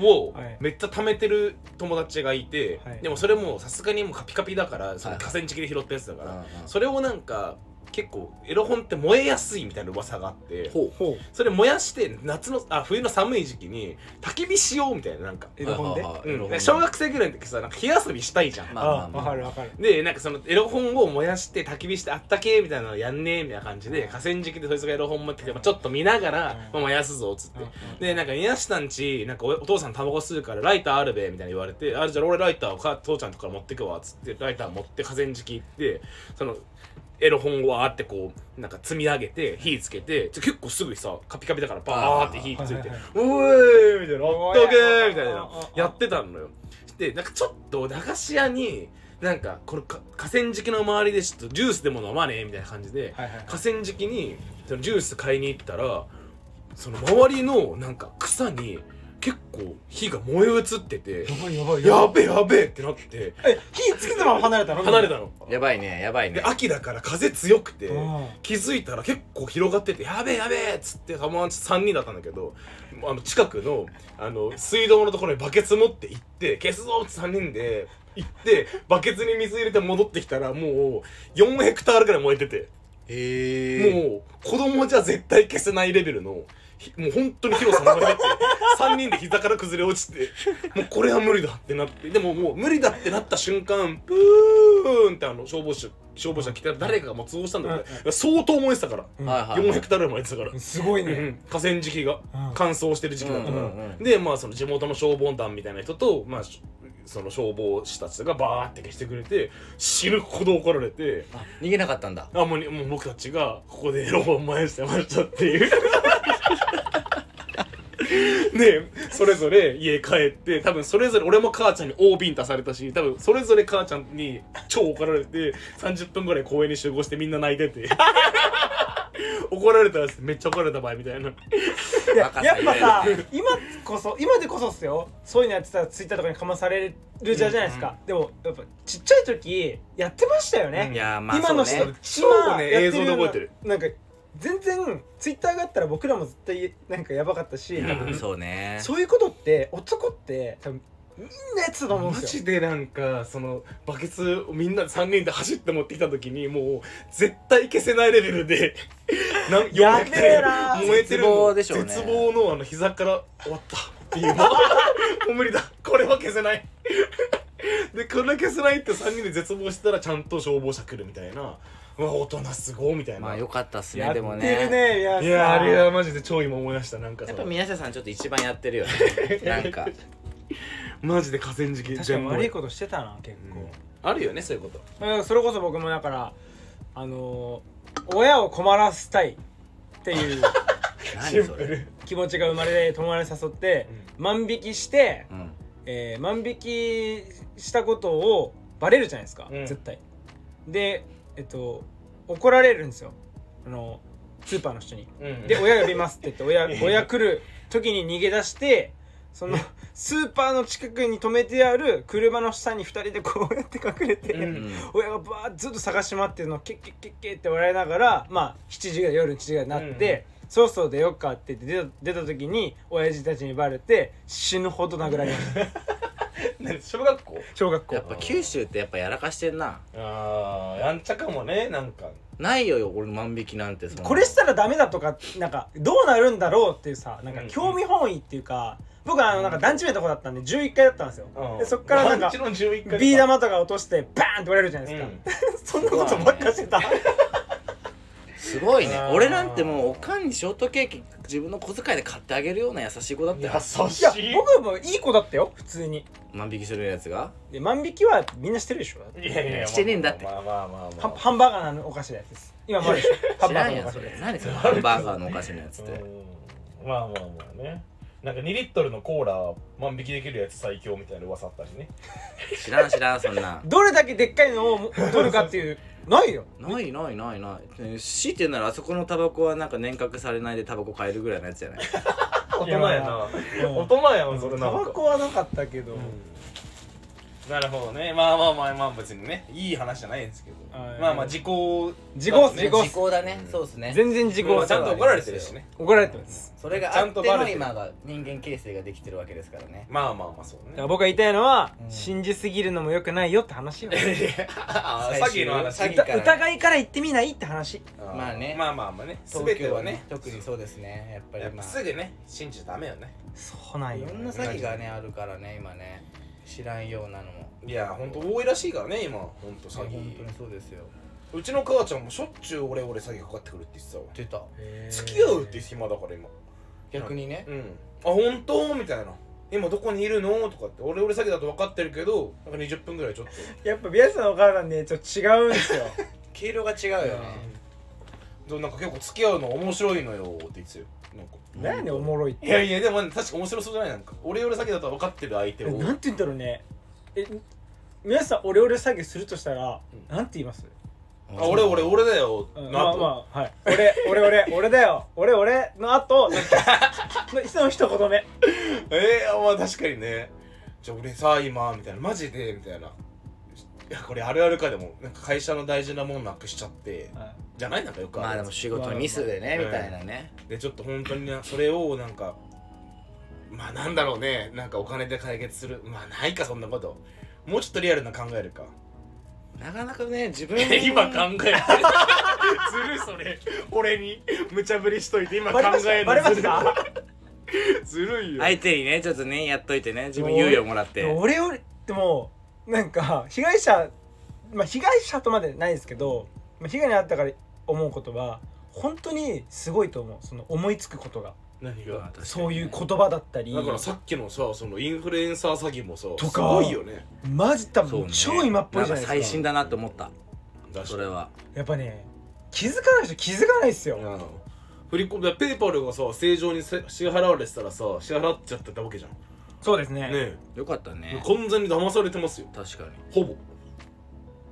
をはいめっちゃ貯めてる友達がいて、はいでもそれもさすがにもうカピカピだからそのはい河川敷で拾ったやつだかうら、んうんそれをなんか結構エロ本って燃えやすいみたいな噂があってほほうそれ燃やして夏のあ冬の寒い時期に焚き火しようみたいななんか,、うエロ本ではいはいはいうん、エロなん本でか小学生ぐらいの時さなんか火遊びしたいじゃん、まあまあまわあかるわかるでなんかそのエロ本を燃やして焚き火してあったけーみたいなのやんねえみたいな感じで河川敷でそいつがエロ本持ってきて、まあ、ちょっと見ながら、まあ、燃やすぞっつって、でなんか宮下んちなんかおお父さんタバコ吸うからライターあるべみたいに言われて「あじゃあ俺ライターをか父ちゃんとこから持ってくわ」っつってライター持って河川敷行ってそのエロ本をあってこうなんか積み上げて火つけてちょ結構すぐさカピカピだからバーって火ついてはいはい「おーい!」みたいな「あったけー!」みたいあなあああやってたのよ。でなんかちょっと駄菓子屋になんかこれか河川敷の周りでちょっとジュースでも飲まねえみたいな感じで、はいはいはい河川敷にそのジュース買いに行ったらその周りのなんか草に結構火が燃え移っててやばいやばい やべえやべえってなってえ火つけたまま離れたの離れたの。やばいねやばいねで秋だから風強くてうん気づいたら結構広がってて「やべえやべえ!」っつって友達3人だったんだけどあの近くのあの水道のところにバケツ持って行って消すぞって3人で行ってバケツに水入れて戻ってきたらもう4ヘクタールぐらい燃えてて。へえもう子供じゃ絶対消せないレベルのひもう本当に広さの中って3人で膝から崩れ落ちてもうこれは無理だってなってでももう無理だってなった瞬間プーンってあの消防車消防車来たら誰かがもう通報したんだけど相当燃えてたからはいはい4ヘクタールも燃えてたから。すごいね河川敷がうん乾燥してる時期だったから、うんうんうんでまあその地元の消防団みたいな人と、まあ、しその消防士たちがバーって消してくれて死ぬほど怒られてあ逃げなかったんだあもうにもう僕たちがここでエロ本燃やしてましたっていうねえそれぞれ家帰って多分それぞれ俺も母ちゃんに大ビンタされたし多分それぞれ母ちゃんに超怒られて30分ぐらい公園に集合してみんな泣いてて怒られたらめっちゃ怒られた場合みたいなや若さやっぱさゆ今こそ今でこそっすよそういうのやってたらツイッターとかにかまされるじゃないですかでもやっぱちっちゃい時やってましたよねうんいやまあ今のそう人ね超今ねやって映像るでよう覚えなてるなんか全然ツイッターがあったら僕らも絶対なんかやばかったしうんうんそうねそういうことって男って多分みんなやってたと思うんマですよジでなんかそのバケツをみんなで3人で走って持ってきた時にもう絶対消せないレベルでなんやべえな400燃えて る絶望のでしょうね絶望のあの膝から終わったっていう もう無理だこれは消せないでこれ消せないって3人で絶望したらちゃんと消防車来るみたいなうわ大人すごいみたいな、まあ良かったっすねやっでてるもねね皆さんいやあれはマジで超今思い出したなんかやさっぱ宮下さんちょっと一番やってるよねなんかマジで河川敷確かに燃え悪いことしてたな結うん あるよねそういうこと構、うんそれこそ僕もだからあのー親を困らせたいっていう何それ、気持ちが生まれて友達誘って万引きしてう、ん、えー万引きしたことをバレるじゃないですか、うん絶対でえっと怒られるんですよあのスーパーの人にうんで親呼びますって言って 親親来る時に逃げ出してそのスーパーの近くに止めてある車の下に2人でこうやって隠れて、うんうん親がバーッずっと探し回ってるのをケッケッケッケッって笑いながらまあ7時ぐらい夜7時ぐらいになって、そろそろ出ようかって言って出た出た時に親父たちにバレて死ぬほど殴られましたね小学校小学校やっぱ九州ってやっぱやらかしてんなああやんちゃかもねなんかないよ俺万引きなんてそんなこれしたらダメだとかなんかどうなるんだろうっていうさなんか興味本位っていうか、僕はあのなんか団地名のとこだったんで11階だったんですよ、でそっからなんかうちの11回ビー玉とか落としてバーンって割れるじゃないですか、 そんなことばっかしてたすごいねあー俺なんてもうおかんにショートケーキ自分の小遣いで買ってあげるような優しい子だっうんたよ優いやしい僕もいい子だったよ普通に万引きするやつがで万引きはみんなしてるでしょいやいやいやしてねえんだってまあまあまあまあハンハンバーガーのお菓子のやつです今もあるでしょハ ン知バらーんやんガーのお菓そ子れ何それハンバーガーのお菓子のやつってうんまあまあまあねなんか2リットルのコーラ万引きできるやつ最強みたいな噂あったしね知らん知らんそんなどれだけでっかいのを取るかっていうないよないないないないね強いて言うならあそこのタバコはなんか年額されないでタバコ買えるぐらいのやつじゃない 大人やな大人やんそタれなんかバコはなかったけど、うんなるほどねまあまあまあまあ別にねいい話じゃないんですけどはいまあまあ時効時効っすね時効っ時す効だねうんそうですね全然時効効ちゃんと怒られてるしね怒られてますそれがちゃあんっとてバレのてる今が人間形成ができてるわけですからねまあまあまあそうだかねら僕が言いたいのは、うん信じすぎるのもよくないよって話よ あー最詐終欺の話詐欺から疑疑いから言ってみないって話ーまあねまあまあまあね東全て京はね特にそうですねやっぱやりっまぱあすぐね信じちゃダメよねそうなんいよろんな詐欺がねあるからね今ね知らんようなのもいやほんと多いらしいからね今ほんと詐本当欺にそうですようちの母ちゃんもしょっちゅう俺俺詐欺かかってくるって言ってたわ出た付き合うって暇だから今逆にねうんあ本当みたいな今どこにいるのとかって俺俺詐欺だと分かってるけどなんか20分ぐらいちょっとやっぱ宮下のお母さんねちょっと違うんですよ毛色が違うよねでなんか結構付き合うの面白いのよって言ってたよなんかなんやねんおもろいっていやいやでも、ね、確か面白そうじゃないなんか俺俺詐欺だと分かってる相手をなんて言うんだろうねえ皆さんオレオレ詐欺するとしたら、うなんて言います、あ俺俺俺だよ、うんまなあと、まあはい俺俺俺俺だよ俺俺の後なんかのその一言目ええまあ確かにねじゃあ俺さ今みたいなマジでみたいないやこれあるあるかでもなんか会社の大事なものなくしちゃってじゃないなんかよくまああでるやつも仕事のミスでねまあみたいなねでちょっと本当になそれをなんかまあなんだろうねなんかお金で解決するまあないかそんなこともうちょっとリアルな考えるかなかなかね自分え てずるそれ俺に 無茶ぶりしといて今バレましたバレましたずるい相手にねちょっとねやっといてね自分猶予もらってでも俺よりでもなんか被害者まあ被害者とまでないですけど、まあ、被害に遭ったから思うことは本当にすごいと思うその思いつくことが、何がそういう言葉だったりだからさっきのさそのインフルエンサー詐欺もさとかすごいよねマジ多そう分ね超今っぽいじゃんないかで最すか新だなと思っただしそれはやっぱね気づかない人気づかないっすよ、うん振り込んだペーパルがさ正常にせ支払われてたらさ支払っちゃってたわけじゃんねそうですねえよかったね完全に騙されてますよ確かにほぼ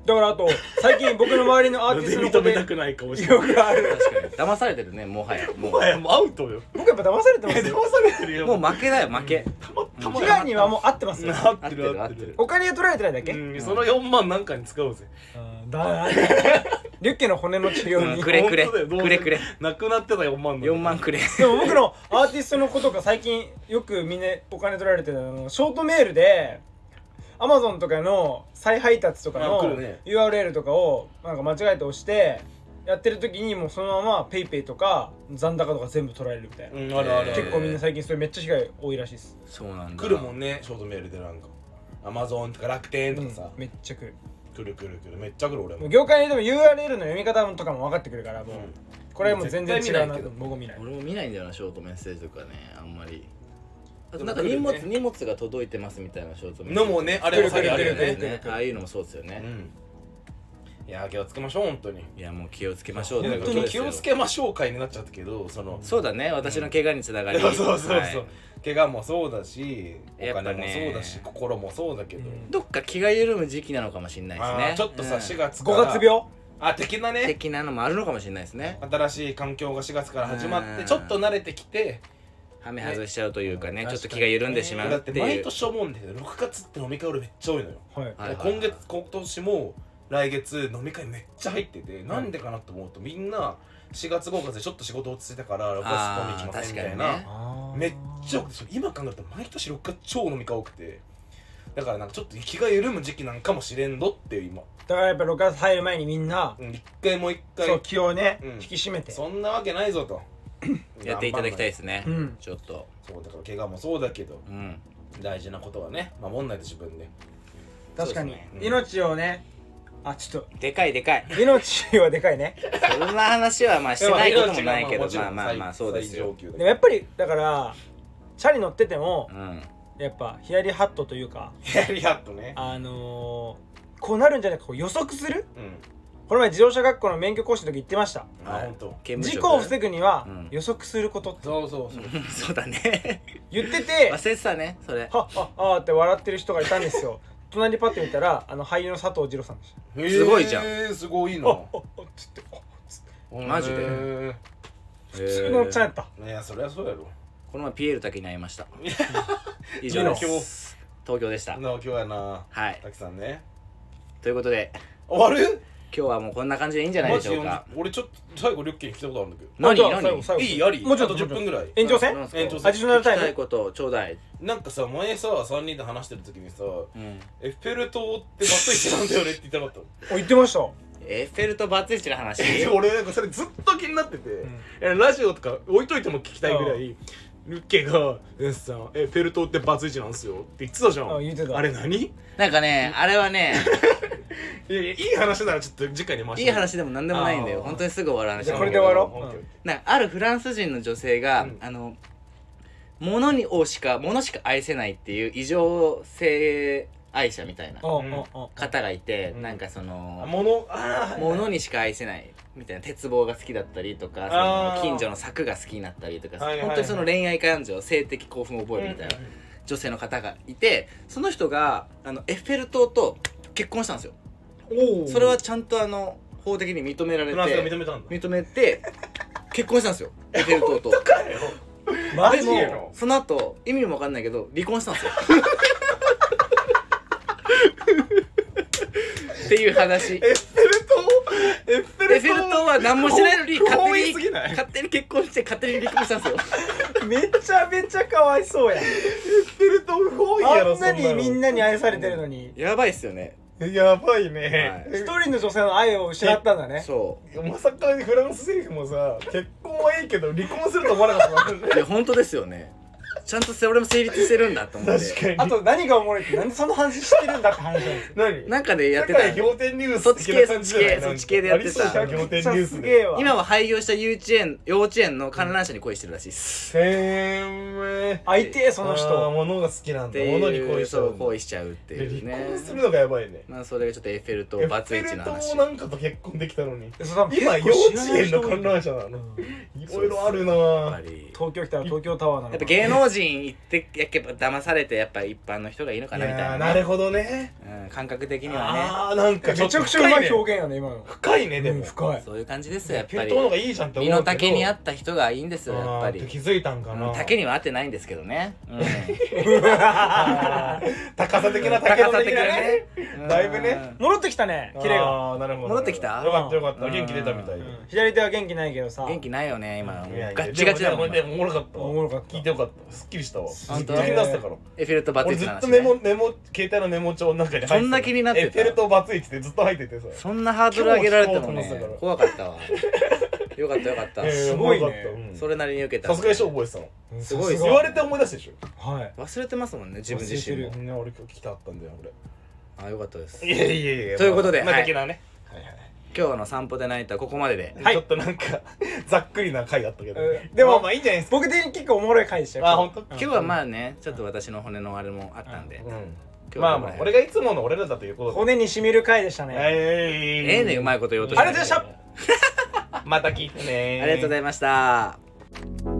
だからあと最近僕の周りのアーティストの子 認めでたくない顔してよくある確かに騙されてるねもはやももはやもうアウトよ僕やっぱ騙されてますよ騙されてるようもう負けだよ負けたまたま 被害にはもう合って ますよなっっててるる合合っっててるるお金取られてないだけ、うんその4万なんかに使おうぜうんだからリュッケの骨の治療うんにくれくれ本当だよどうせくれくれなくなってた4万の4万くれでも僕のアーティストの子とか最近よくみんなお金取られてるのあのショートメールでアマゾンとかの再配達とかあの来るね URL とかをなんか間違えて押してやってる時にもうそのまま PayPay ペイペイとか残高とか全部取られるみたいな、うんあるあるえあー結る構みんな最近それめっちゃ被害多いらしいです、そうなんだ来るもんねショートメールでなんかアマゾンとか楽天とうかんさめっちゃ来る来る来る来るめっちゃ来る俺ももう業界でも URL の読み方とかも分かってくるからもう、うんこれはもう全然違うな絶対見ないけどと僕も見ない俺も見ないんだよなショートメッセージとかねあんまりあとなんかで荷も物来るよね荷物が届いてますみたいなショートメッセーのジもねあれも詐欺あるよ来るね来る来るああいうのもそうですようねんいや気をつけましょう本当にいやもう気をつけましょう本というこ当とにです気よをつけましょう会になっちゃったけどそのそうだね私の怪我につながり そうそうそうはそうい怪我もそうだしお金もそやっうだしぱね心もそうだけどうんどっか気が緩む時期なのかもしれないですあねーちょっとさうん4月か5ら月病あ的なね的なのもあるのかもしれないですね新しい環境が4月から始まっうてんちょっと慣れてきてはめ外しちゃうというかねねちょっと気が緩んでしまだうっってて毎いう年思うんだけど6月って飲み会俺めっちゃ多いのよはいはいはいはい今月今年も来月飲み会めっちゃ入っててなんでかなと思うとみんな4月5月でちょっと仕事落ち着いたからボスあー飲み行きませんみたい確かにねなめっちゃ多くてそれ今考えたら毎年6月超飲み会多くてだからなんかちょっと気が緩む時期なんかもしれんどっていう今だからやっぱ6月入る前にみんなうん一回もう一回そう気をね、うん引き締めてそんなわけないぞとやっていただきたいですね、うんちょっとそうだから怪我もそうだけどうん大事なことはね守んないと自分で確かに、そうですねうん命をねあちょっでかいでかいと命はでかいね そんな話はまあしてないこともないけどでもまあまあまあそうですよ、命がもちろでん最最上級だけどもやっぱりだからチャリ乗っててもうん、やっぱヒヤリハットというか やりやっとね。あのー、こうなるんじゃなくてこう予測するうん。この前自動車学校の免許講師の時言ってましたあ、はいほんと。刑務所事故を防ぐにはうん予測することってそうそうそう。うんそうだね言っ てて忘れてたねそれはっはっはーって笑ってる人がいたんですよ 隣にパッて見たらあの俳優の佐藤二朗さんでしたへーすごいじゃん。すごいな。あっあっつってあマジでへ普普通のおっちゃんやった、ー。いや、そりゃそうやろ。この前ピエール滝に会いました以上です東京でしたなお、今日やな。はいたくさんね。ということで終わる今日はもうこんな感じでいいんじゃないマでジしょうでか俺ちょっと最後、リュッキーに来たことあるんだけ何あじゃあ何最後最ど。後いいありもうちょっあとと10分ぐらい。延長あそうなんで戦すか延長戦アディショナ聞ルきタたイいムことちょうだい、なんかさ、前さ、3人で話してる時にさ、うん、エッフェル塔ってバットイチなんだよねって言ってなかった。お言ってましたエッフェルとバツイチの話 俺なんかそれずっと気になってて、ラジオとか置いといても聞きたいぐらいルッケが「エンスさんえフェルトってバツイチなんすよ」って言ってたじゃんあ言ってたあれ何いなんかねあれはねやいやいい話ならちょっと次回に回しいてい話でも何でもないんだよあー本当にすぐ終わる話じゃあなこんれだでけど終わろうオッケーオッケなんかあるフランス人の女性が、うんあの物にをしか物しか愛せないっていう異常性愛者みたいなうんんうんうん方がいて、うんなんかそーあの物あー物にしか愛せないみたいな鉄棒が好きだったりとあかーその近所の柵が好きになったりとか、はいはいはい本当にその恋愛感情性的興奮を覚えるみたいな、女性の方がいてその人があのエッフェル塔と結婚したんですよおおそれはちゃんとあの法的に認められフランスがて認めたんだ認めて結婚したんですよエッフェル塔と。マでジもその後意味も分かんないけど離婚したんですよっていう話エエッフェル塔エッフェッルフ塔ェル塔は何もしないのにこ勝光栄手すにぎない勝手に結婚して勝手に離婚したんですよめちゃめちゃかわいそうやエッフェル塔不本意やあろんなにみんななに愛されてるのにやばいっすよね、やばいね一人の女性の愛を失ったんだねそまさかフランス政府もさ結婚はいいけど離婚すると思わなかったういや本当ですよねちゃんとそれも成立してるんだと思って確かにあと何がおもろいってなんでその話してるんだって話なんですよ何なんかでやってた世界仰天ニュース的な感じじゃなそっち系そっち系いそっち系でやってたありそうじゃん仰天めっニちゃューすスげでえわ今は廃業した幼稚園幼稚園の観覧車に恋してるらしいっす、せーめ会いてえそのあー人物が好きなんっだて物にい恋うしちゃそううんだ恋しちゃうっていう離ね婚するのがやばいねまあそれがちょっとエッフェルエ塔ッバフツイチェのル話塔なんかと結婚できたのに そう今幼稚園の観覧車車なのいろいろあるやっぱなり東京来たら東京タワーなのやっぱ芸能人行ってやっぱ騙されてやっぱ一般の人がいいのかいなみたいやーな,、なるほどねうん、感覚的にはあーなんかめちゃくちゃうまい表現やね今の深いねでうんも 深ねい そういう感じですよやっフェぱルりトの方がいいじゃんって思身うの丈に合てった人がいいんですよやっぱり気づいたんかうなん丈には合ってないんですけどね、うん、あー高さ的な高高ささ的的ななねねうん だいぶね戻ってきたねキレがあーなるほど戻ってきたよかったよかったうん元気出たみたいでうん左手は元気ないけどさ元気ないよね今いやいやガッチガチだもんで今もおもろかったわおもろかった聞いてよかったすっきりしたわず本っ当と気になってたからエッフェル塔バツ俺イチずのっ話、とね、メモメモ携帯のメモ帳の中に入ってたそんな気になってたエッフェル塔バツイチってずっと入っててさそんなハードル上げられても今日聞こねうと怖かったわよかったよかった、えーすごいねおもろかったうんそれなりに受けたさすがにしょ覚えてたのうんすごいっす言われて思い出したでしょはい忘れてますもんね自分自身忘れもてるね俺今日来たあったんだよあよかったです俺いやいやいやということでまあはい的なねはい今日の散歩で泣いたはここまでではいちょっとなんか ざっくりな回あったけどねうんでもまあまあいいんじゃないです僕的に結構おもろい回でしたよかあ本当今日はまあねちょっと私の骨のあれもあったんで、うん今日はまあここまら辺あ俺がいつもの俺らだということで骨にしみる回でしたねえええねう まいこと言おうとしてありがとうございましたまた聞いてねありがとうございました